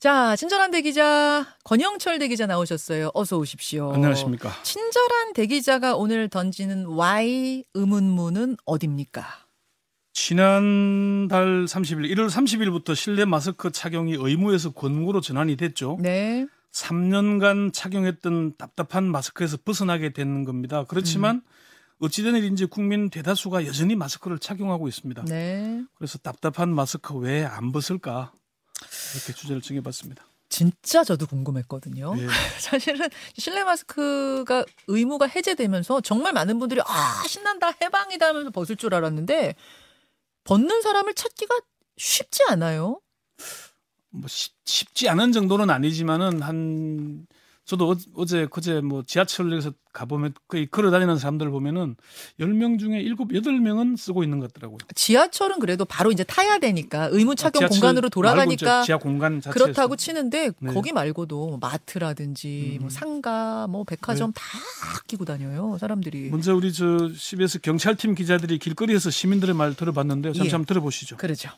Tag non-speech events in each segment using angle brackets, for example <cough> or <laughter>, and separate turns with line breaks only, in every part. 자, 친절한 대기자 권영철 대기자 나오셨어요. 어서 오십시오.
안녕하십니까.
친절한 대기자가 오늘 던지는 Y 의문문은 어딥니까?
지난달 30일, 1월 30일부터 실내 마스크 착용이 의무에서 권고로 전환이 됐죠.
네.
3년간 착용했던 답답한 마스크에서 벗어나게 되는 겁니다.
음.
그렇지만 어찌된 일인지 국민 대다수가 여전히 마스크를 착용하고 있습니다.
네.
그래서 답답한 마스크 왜 안 벗을까? 이렇게 주제를 정해봤습니다.
진짜 저도 궁금했거든요.
예.
<laughs> 사실은 실내 마스크가 의무가 해제되면서 정말 많은 분들이 아, 신난다, 해방이다 하면서 벗을 줄 알았는데 벗는 사람을 찾기가 쉽지 않아요.
뭐 쉽, 쉽지 않은 정도는 아니지만은 한 저도 어- 어제 그제 뭐 지하철에서 가보면 거의 걸어 다니는 사람들 보면은 10명 중에 7, 8명은 쓰고 있는 것 같더라고요.
지하철은 그래도 바로 이제 타야 되니까 의무 착용
아, 지하철
공간으로
말고
돌아가니까
저 지하 공간 자체에서.
그렇다고 치는데
네.
거기 말고도 뭐 마트라든지
음. 네.
뭐 상가, 뭐 백화점 다 끼고 다녀요 사람들이.
먼저 우리 저 CBS 경찰팀 기자들이 길거리에서 시민들의 말 들어봤는데요. 잠시
예.
한번 들어보시죠.
그러죠.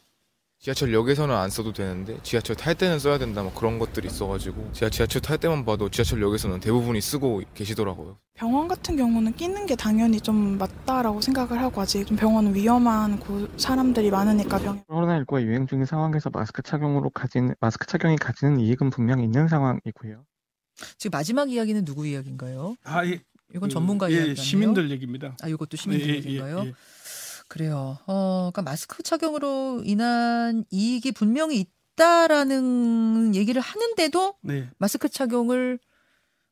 지하철역에서는 안 써도 되는데 지하철 탈 때는 써야 된다 뭐 그런 것들이 있어가지고 제가 지하철 탈 때만 봐도 지하철역에서는 대부분이 쓰고 계시더라고요.
병원 같은 경우는 끼는 게 당연히 좀 맞다라고 생각을 하고 아직 좀 병원은 위험한 고- 사람들이 많으니까 병
코로나19가 유행 중인 상황에서 마스크 착용으로 가진, 마스크 착용이 가지는 이익은 분명히 있는 상황이고요.
지금 마지막 이야기는 누구 이야기인가요?
아, 예,
이건
그,
전문가
예,
이야기예요.
시민들 얘기입니다.
아, 이것도
예,
시민들
예,
얘기인가요?
예, 예.
그래요. 어, 그러니까 마스크 착용으로 인한 이익이 분명히 있다라는 얘기를 하는데도
네.
마스크 착용을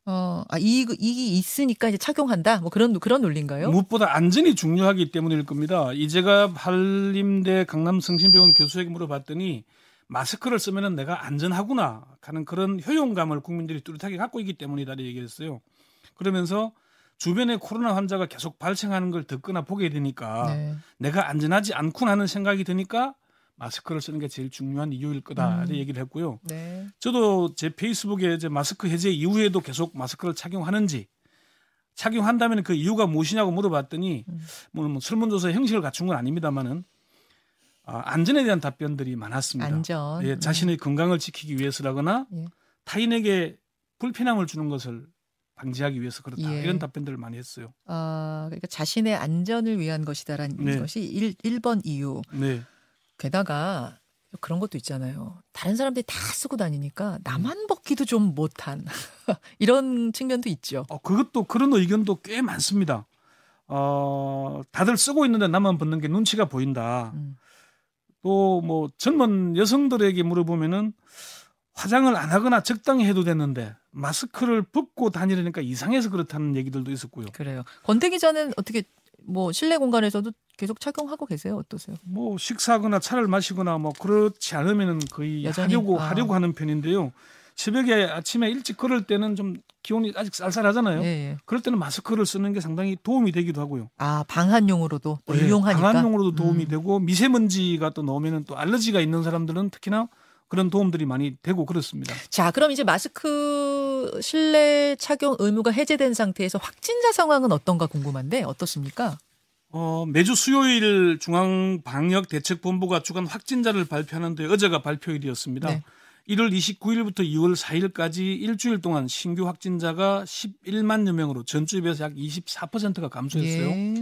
어, 아, 이익, 이익이 있으니까 이제 착용한다. 뭐 그런 그런 논리인가요?
무엇보다 안전이 중요하기 때문일 겁니다. 이제가 한림대 강남성심병원 교수에게 물어봤더니 마스크를 쓰면 내가 안전하구나 하는 그런 효용감을 국민들이 뚜렷하게 갖고 있기 때문이다라고 얘기했어요. 그러면서 주변에 코로나 환자가 계속 발생하는 걸 듣거나 보게 되니까
네.
내가 안전하지 않군 하는 생각이 드니까 마스크를 쓰는 게 제일 중요한 이유일 거다라는
음.
얘기를 했고요.
네.
저도 제 페이스북에 이제 마스크 해제 이후에도 계속 마스크를 착용하는지 착용한다면 그 이유가 무엇이냐고 물어봤더니
음.
물론 뭐 설문조사 형식을 갖춘 건 아닙니다만은 아, 안전에 대한 답변들이 많았습니다.
안전. 네.
예, 자신의 건강을 지키기 위해서라거나
예.
타인에게 불편함을 주는 것을 방지하기 위해서 그렇다
예.
이런 답변들을 많이 했어요.
아, 그러니까 자신의 안전을 위한 것이다라는
네.
것이 일 1번 이유.
네,
게다가 그런 것도 있잖아요. 다른 사람들이 다 쓰고 다니니까
음.
나만 벗기도 좀 못한 <laughs> 이런 측면도 있죠.
어, 그것도 그런 의견도 꽤 많습니다. 어, 다들 쓰고 있는데 나만 벗는 게 눈치가 보인다.
음.
또 뭐 젊은 여성들에게 물어보면은 화장을 안 하거나 적당히 해도 되는데 마스크를 벗고 다니려니까 이상해서 그렇다는 얘기들도 있었고요.
그래요. 권태 기자는 어떻게 뭐 실내 공간에서도 계속 착용하고 계세요? 어떠세요?
뭐 식사하거나 차를 마시거나 뭐 그렇지 않으면은 거의
여전히,
하려고
아.
하려고 하는 편인데요. 새벽에 아침에 일찍 걸을 때는 좀 기온이 아직 쌀쌀하잖아요.
예, 예.
그럴 때는 마스크를 쓰는 게 상당히 도움이 되기도 하고요.
아 방한용으로도 또
예,
네. 유용하니까.
방한용으로도 도움이
음.
되고 미세먼지가 또 나오면은 또 알러지가 있는 사람들은 특히나 그런 도움들이 많이 되고 그렇습니다.
자, 그럼 이제 마스크 실내 착용 의무가 해제된 상태에서 확진자 상황은 어떤가 궁금한데 어떻습니까?
어, 매주 수요일 중앙방역대책본부가 주간 확진자를 발표하는데 어제가 발표일이었습니다.
네.
1월 29일부터 2월 4일까지 일주일 동안 신규 확진자가 11만여 명으로 전주에 비해서 약 24%가 감소했어요.
예.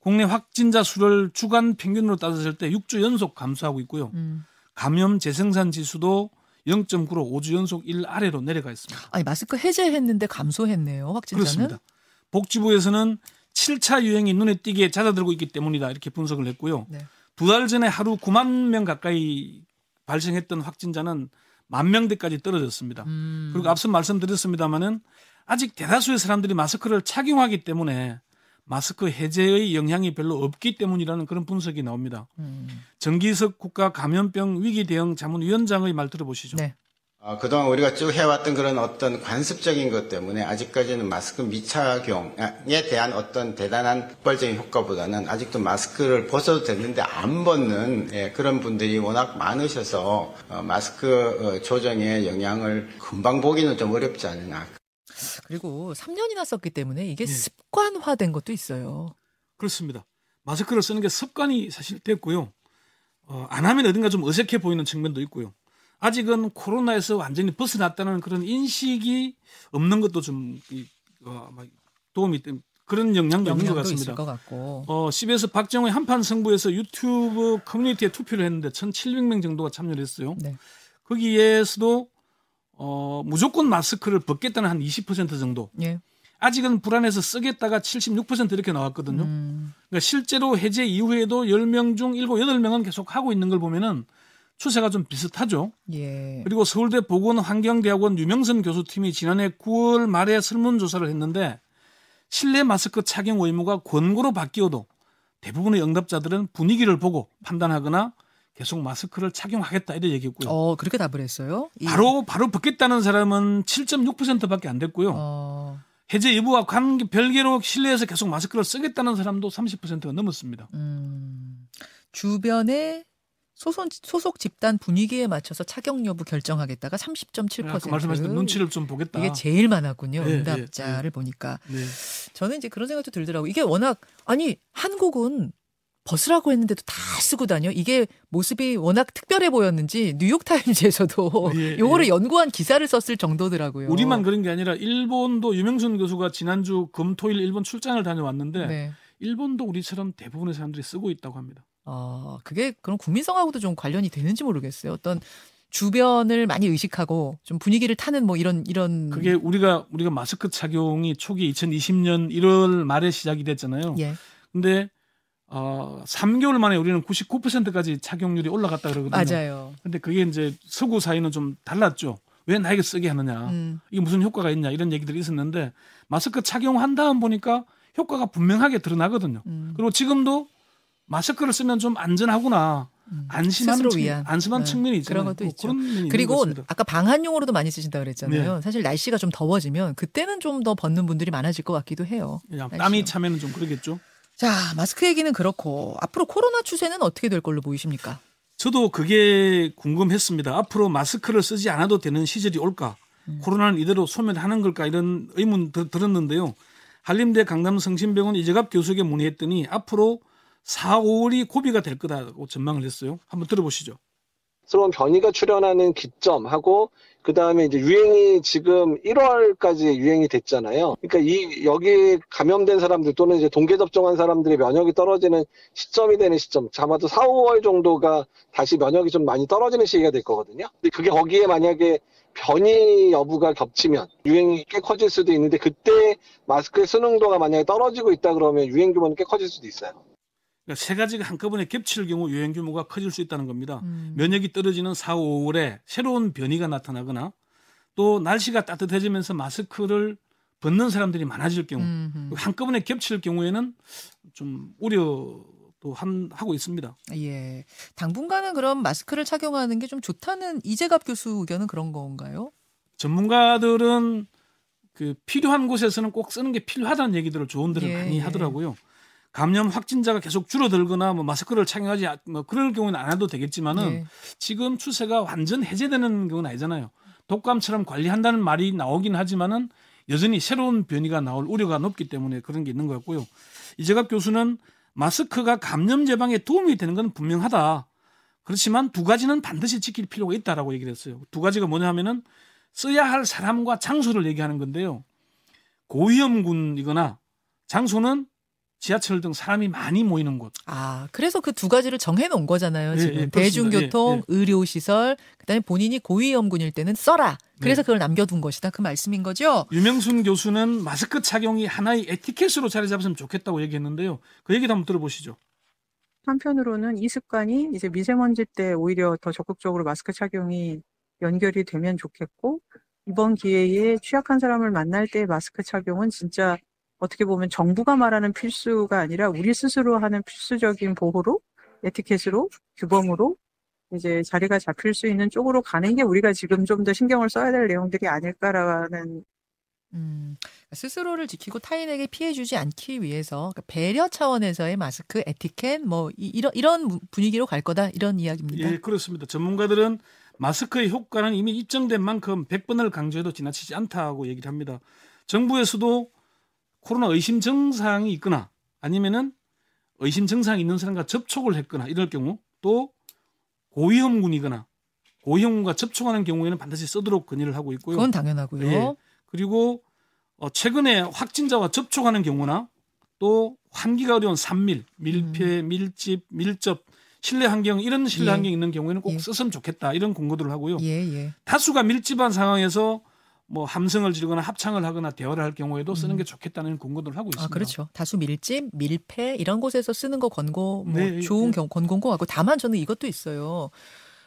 국내 확진자 수를 주간 평균으로 따졌을 때 6주 연속 감소하고 있고요.
음.
감염 재생산 지수도 0.9로 5주 연속 1 아래로 내려가 있습니다.
아니 마스크 해제했는데 감소했네요. 확진자는.
그렇습니다. 복지부에서는 7차 유행이 눈에 띄게 잦아들고 있기 때문이다 이렇게 분석을 했고요.
네.
두 달 전에 하루 9만 명 가까이 발생했던 확진자는 만 명대까지 떨어졌습니다.
음.
그리고 앞서 말씀드렸습니다마는 아직 대다수의 사람들이 마스크를 착용하기 때문에 마스크 해제의 영향이 별로 없기 때문이라는 그런 분석이 나옵니다.
음.
정기석 국가 감염병 위기 대응 자문위원장의 말 들어보시죠.
네.
아, 그동안 우리가 쭉 해왔던 그런 어떤 관습적인 것 때문에 아직까지는 마스크 미착용에 대한 어떤 대단한 폭발적인 효과보다는 아직도 마스크를 벗어도 됐는데 안 벗는 예, 그런 분들이 워낙 많으셔서 어, 마스크 어, 조정의 영향을 금방 보기는 좀 어렵지 않나
그리고 3년이나 썼기 때문에 이게
네.
습관화된 것도 있어요.
그렇습니다. 마스크를 쓰는 게 습관이 사실 됐고요. 어, 안 하면 어딘가 좀 어색해 보이는 측면도 있고요. 아직은 코로나에서 완전히 벗어났다는 그런 인식이 없는 것도 좀 이, 어, 아마 도움이 된 그런 영향도 있는 것
영향도
같습니다.
있을 것 같고.
어, CBS 박정우의 한판 승부에서 유튜브 커뮤니티에 투표를 했는데 1,700명 정도가 참여를 했어요.
네.
거기에서도 어, 무조건 마스크를 벗겠다는 한 20% 정도.
예.
아직은 불안해서 쓰겠다가 76% 이렇게 나왔거든요.
음,
그러니까 실제로 해제 이후에도 10명 중 7, 8명은 계속 하고 있는 걸 보면은 추세가 좀 비슷하죠.
예.
그리고 서울대 보건환경대학원 유명선 교수팀이 지난해 9월 말에 설문조사를 했는데 실내 마스크 착용 의무가 권고로 바뀌어도 대부분의 응답자들은 분위기를 보고 판단하거나 계속 마스크를 착용하겠다 이래 얘기했고요.
어, 그렇게 답을 했어요? 이-
바로 바로 벗겠다는 사람은 7.6%밖에 안 됐고요.
어,
해제 여부와 관계 별개로 실내에서 계속 마스크를 쓰겠다는 사람도 30%가 넘었습니다.
음, 주변의 소속, 소속 집단 분위기에 맞춰서 착용 여부 결정하겠다가 30.7%.
네, 아까 그 말씀하신 눈치를 좀 보겠다.
이게 제일 많았군요.
예, 예,
응답자를 보니까.
네.
저는 이제 그런 생각도 들더라고요. 이게 워낙, 아니, 한국은 벗으라고 했는데도 다 쓰고 다녀. 이게 모습이 워낙 특별해 보였는지 뉴욕타임즈에서도
예,
어, <laughs> 요거를
예.
연구한 기사를 썼을 정도더라고요.
우리만 그런 게 아니라 일본도 유명순 교수가 지난주 금토일 일본 출장을 다녀왔는데
네.
일본도 우리처럼 대부분의 사람들이 쓰고 있다고 합니다.
아, 그게 그럼 국민성하고도 좀 관련이 되는지 모르겠어요. 어떤 주변을 많이 의식하고 좀 분위기를 타는 뭐 이런 이런
그게 우리가 우리가 마스크 착용이 초기 2020년 1월 말에 시작이 됐잖아요.
예.
근데 어 3개월 만에 우리는 99%까지 착용률이 올라갔다 그러거든요.
맞아요.
근데 그게 이제 서구 사이는 좀 달랐죠. 왜 나에게 쓰게 하느냐.
음.
이게 무슨 효과가 있냐 이런 얘기들이 있었는데 마스크 착용한 다음 보니까 효과가 분명하게 드러나거든요.
음.
그리고 지금도 마스크를 쓰면 좀 안전하구나
음.
안심한
스스로
측-
위한.
안심한
네,
측면이 있잖아요.
그런 것도
뭐
있죠.
그런 면이 있는 것
그리고
같습니다. 네.
아까 방한용으로도 많이 쓰신다 그랬잖아요. 사실 날씨가 좀 더워지면 그때는 좀 더 벗는 분들이 많아질 것 같기도 해요.
그냥
날씨요.
땀이 차면은 좀 그러겠죠.
자, 마스크 얘기는 그렇고 앞으로 코로나 추세는 어떻게 될 걸로 보이십니까?
저도 그게 궁금했습니다. 앞으로 마스크를 쓰지 않아도 되는 시절이 올까?
음.
코로나는 이대로 소멸하는 걸까? 이런 의문 들, 들었는데요. 한림대 강남성심병원 이재갑 교수에게 문의했더니 앞으로 4, 5월이 고비가 될 거다고 전망을 했어요. 한번 들어보시죠.
새로운 변이가 출현하는 기점하고 그 다음에 이제 유행이 지금 1월까지 유행이 됐잖아요. 그러니까 이 여기 감염된 사람들 또는 이제 동계 접종한 사람들의 면역이 떨어지는 시점이 되는 시점, 아마도 4, 5월 정도가 다시 면역이 좀 많이 떨어지는 시기가 될 거거든요. 근데 그게 거기에 만약에 변이 여부가 겹치면 유행이 꽤 커질 수도 있는데 그때 마스크의 수능도가 만약에 떨어지고 있다 그러면 유행 규모는 꽤 커질 수도 있어요.
그러니까 세 가지가 한꺼번에 겹칠 경우 유행 규모가 커질 수 있다는 겁니다.
음.
면역이 떨어지는 4, 5월에 새로운 변이가 나타나거나 또 날씨가 따뜻해지면서 마스크를 벗는 사람들이 많아질 경우
음, 음.
한꺼번에 겹칠 경우에는 좀 우려도 한, 하고 있습니다.
예. 당분간은 그럼 마스크를 착용하는 게 좀 좋다는 이재갑 교수 의견은 그런 건가요?
전문가들은 그 필요한 곳에서는 꼭 쓰는 게 필요하다는 얘기들을 조언들을
예,
많이
예.
하더라고요. 감염 확진자가 계속 줄어들거나 뭐 마스크를 착용하지 않- 뭐 그럴 경우는 안 해도 되겠지만은
예.
지금 추세가 완전 해제되는 경우는 아니잖아요. 독감처럼 관리한다는 말이 나오긴 하지만은 여전히 새로운 변이가 나올 우려가 높기 때문에 그런 게 있는 것 같고요. 이재갑 교수는 마스크가 감염 예방에 도움이 되는 건 분명하다. 그렇지만 두 가지는 반드시 지킬 필요가 있다라고 얘기를 했어요. 두 가지가 뭐냐 하면은 써야 할 사람과 장소를 얘기하는 건데요. 고위험군이거나 장소는 지하철 등 사람이 많이 모이는 곳.
아, 그래서 그 두 가지를 정해놓은 거잖아요.
예,
지금
예, 그렇습니다.
대중교통,
예, 예.
의료시설, 그다음에 본인이 고위험군일 때는 써라.
네.
그래서 그걸 남겨둔 것이다. 그 말씀인 거죠.
유명순 교수는 마스크 착용이 하나의 에티켓으로 자리 잡았으면 좋겠다고 얘기했는데요. 그 얘기도 한번 들어보시죠.
한편으로는 이 습관이 이제 미세먼지 때 오히려 더 적극적으로 마스크 착용이 연결이 되면 좋겠고, 이번 기회에 취약한 사람을 만날 때 마스크 착용은 진짜 어떻게 보면 정부가 말하는 필수가 아니라 우리 스스로 하는 필수적인 보호로, 에티켓으로, 규범으로 이제 자리가 잡힐 수 있는 쪽으로 가는 게 우리가 지금 좀 더 신경을 써야 될 내용들이 아닐까라는
음, 스스로를 지키고 타인에게 피해주지 않기 위해서 그러니까 배려 차원에서의 마스크 에티켓 뭐 이, 이런 이런 분위기로 갈 거다 이런 이야기입니다.
예, 그렇습니다. 전문가들은 마스크의 효과는 이미 입증된 만큼 100번을 강조해도 지나치지 않다고 얘기를 합니다. 정부에서도 코로나 의심 증상이 있거나 아니면은 의심 증상이 있는 사람과 접촉을 했거나 이럴 경우 또 고위험군이거나 오형과 접촉하는 경우에는 반드시 쓰도록 건의를 하고 있고요.
그건 당연하고요.
예. 그리고 어, 최근에 확진자와 접촉하는 경우나 또 환기가 어려운 산밀, 밀폐, 밀집, 밀접, 실내 환경 이런
음.
실내
예.
환경 이 있는 경우에는 꼭
예.
썼으면 좋겠다 이런 공고들을 하고요.
예, 예.
다수가 밀집한 상황에서 뭐 함성을 지르거나 합창을 하거나 대화를 할 경우에도 쓰는 게 좋겠다는 공고들을 하고 있습니다.
음. 아, 그렇죠. 다수 밀집, 밀폐 이런 곳에서 쓰는 거 권고 뭐
네,
좋은
네.
경- 권고인 것 같고 다만 저는 이것도 있어요.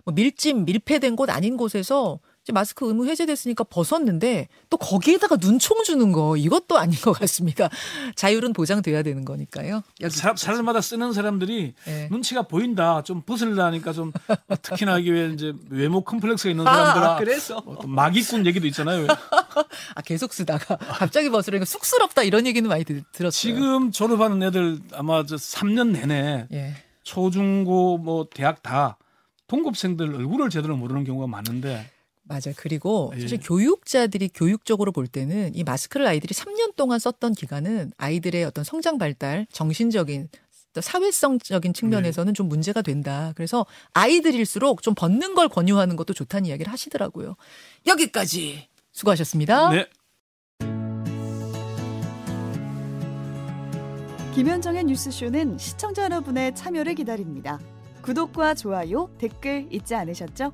뭐 밀집, 밀폐된 곳 아닌 곳에서 이제 마스크 의무 해제됐으니까 벗었는데 또 거기에다가 눈총 주는 거 이것도 아닌 것 같습니다. <laughs> 자율은 보장돼야 되는 거니까요. 여기
사, 사람마다 쓰는 사람들이
예.
눈치가 보인다. 좀
<laughs>
벗으려니까 좀 어, 특히나 이게 이제 외모 컴플렉스가 있는 사람들아
아, 아, 그래서
어떤 마기꾼 얘기도 있잖아요.
아, 계속 쓰다가 <laughs> 갑자기 벗으려니까 쑥스럽다 이런 얘기는 많이 들, 들었어요.
지금 졸업하는 애들 아마 저 3년 내내
예.
초중고 뭐 대학 다 동급생들 얼굴을 제대로 모르는 경우가 많은데
맞아요. 그리고 사실
예.
교육자들이 교육적으로 볼 때는 이 마스크를 아이들이 3년 동안 썼던 기간은 아이들의 어떤 성장 발달, 정신적인 또 사회성적인
네.
측면에서는 좀 문제가 된다. 그래서 아이들일수록 좀 벗는 걸 권유하는 것도 좋다는 이야기를 하시더라고요. 여기까지 수고하셨습니다.
네.
김현정의 뉴스쇼는 시청자 여러분의 참여를 기다립니다. 구독과 좋아요, 댓글 잊지 않으셨죠?